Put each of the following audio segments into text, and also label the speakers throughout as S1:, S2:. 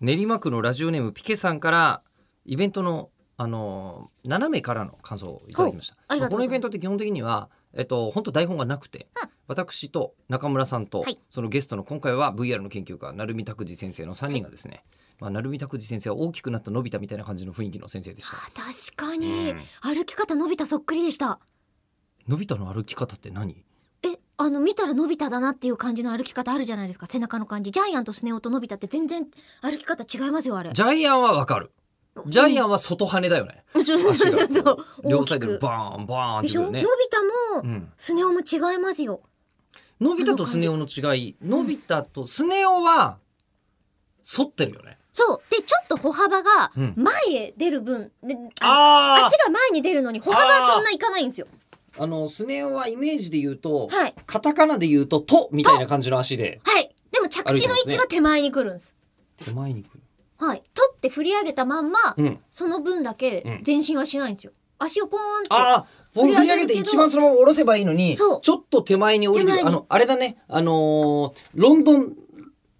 S1: 練馬区のラジオネームピケさんからイベントのあのー斜めからの感想をいただきました
S2: ほうありがと
S1: こ
S2: うご
S1: の
S2: ざ
S1: イベ
S2: います
S1: ントって基本的にはえっと本当台本がなくて、私と中村さんと、
S2: はい
S1: そのゲストの今回は VR の研究家成海拓司先生の3人がですね、まあ、成海拓司先生は大きくなったのび太みたいな感じの雰囲気の先生でした
S2: あ確かに、
S1: うん
S2: 歩き方のび太そっくりでした
S1: のび太の歩き方って何
S2: えあの見たらのび太だなっていう感じの歩き方あるじゃないですか背中の感じジャイアンとスネ夫とのび太って全然歩き方違いますよあれ
S1: ジャイアンはわかるジャイアンは外羽だよね、
S2: そうそう そ
S1: 足
S2: う
S1: が
S2: そう
S1: こう
S2: 大
S1: 両
S2: き
S1: サイドで
S2: く
S1: バーンバーンって
S2: で
S1: く
S2: し
S1: る
S2: ょ、
S1: よ
S2: のび
S1: ね
S2: 太も、
S1: うん
S2: スネ夫も違いますよ
S1: のび太とスネ夫の違いのび太とスネ夫は反ってるよね
S2: そうでちょっと歩幅が
S1: うん
S2: 前へ出る分、であの
S1: あ
S2: 足が前に出るのに歩幅はそんないかないんですよ
S1: ああのスネ夫はイメージで言うと、
S2: はい
S1: カタカナで言うと「と」みたいな感じの足で
S2: はいでも着地の位置は手前に来るんです
S1: 手前に来る、
S2: はい取って振り上げたまんま、
S1: うん、
S2: その分だ
S1: うん
S2: け前進はしないんですよ、足をポーンって
S1: ああ振り上げて一番そのまま下ろせばいいのにち
S2: そ
S1: ょ
S2: う
S1: っと手前に降りて
S2: 手
S1: る
S2: 前に
S1: あのあれだねあのーロンドン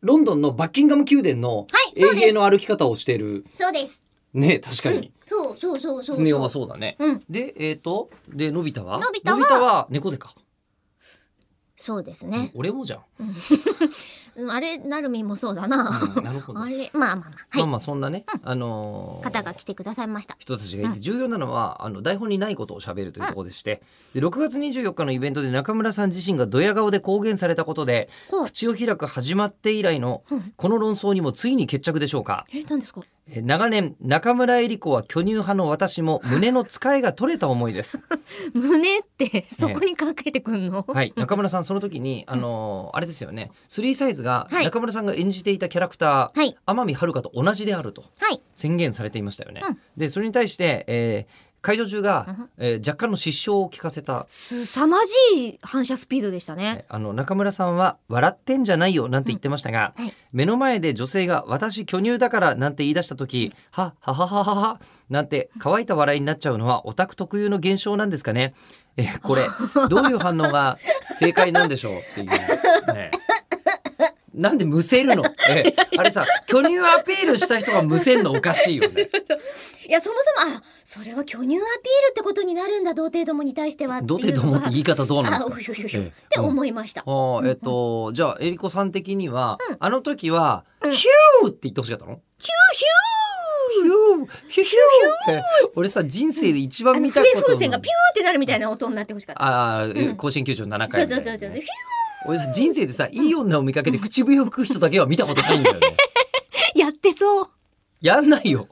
S1: ロンドンのバッキンガム宮殿の
S2: はいそう
S1: 衛
S2: です
S1: 兵の歩き方をしてる、
S2: そうです
S1: ね確かに、
S2: そうそうそうそう
S1: スネ夫はそうだね、
S2: うん
S1: でえっ、とでのび太は
S2: のび太は
S1: 猫背か
S2: そうですね、
S1: 俺もじゃん、
S2: うんあれなるみもそうだな、
S1: うんなるほど
S2: あれまあまあまあはい、
S1: まあまあそんなね、あのー
S2: 方が来てくださいました
S1: 人たちがいて重要なのは、あの台本にないことを喋るというところでして、で6月24日のイベントで中村さん自身がドヤ顔で公言されたことで
S2: ほう
S1: 口を開く始まって以来の
S2: うん
S1: この論争にもついに決着でしょうか
S2: え何ですか
S1: え長年中村江里子は巨乳派の私も胸の使いが取れた思いです
S2: 胸ってそこにかけてくんの、
S1: はい中村さんその時にあのーあれですよね3サイズが
S2: はい
S1: 中村さんが演じていたキャラクター、
S2: はい
S1: 天海遥と同じであると
S2: はい
S1: 宣言されていましたよね、
S2: うん
S1: でそれに対して、えー会場中
S2: う
S1: が
S2: ん、
S1: えー若干の失笑を聞かせた
S2: すさまじい反射スピードでしたね、
S1: あの中村さんは「笑ってんじゃないよ」なんて言ってましたが、
S2: うんはい
S1: 目の前で女性が「私巨乳だから」なんて言い出した時「はははははは」なんて乾いた笑いになっちゃうのはオタク特有の現象なんですかねえこ れどういう反応が正解なんでしょうっていう、ねなんでむせるのえあれさ巨乳アピールした人がむせんのおかしいよね
S2: いやそもそもあそれは巨乳アピールってことになるんだ童貞どもに対しては
S1: どてと思って言い方どうなんですか
S2: あおひょひょひょ
S1: え
S2: っ
S1: え
S2: て思いました、
S1: ああ、えっと、じゃあ、えりこさん的には、あの時は、
S2: うん
S1: ヒューって言ってほしかったのヒューヒューヒューヒューヒュー俺さ、人生で一
S2: あ
S1: 番
S2: の
S1: 見た
S2: 笛
S1: こと
S2: 風船がピューってなるみたいな音になってほしかった
S1: ああ、
S2: うん
S1: 甲子園球場の7
S2: そ
S1: 回
S2: う
S1: みた
S2: そ
S1: いうな
S2: そうそうそう
S1: 俺さ、人生でさ、いい女を見かけて口笛を吹く人だけは見たことないんだよね。
S2: やってそう
S1: やんないよ。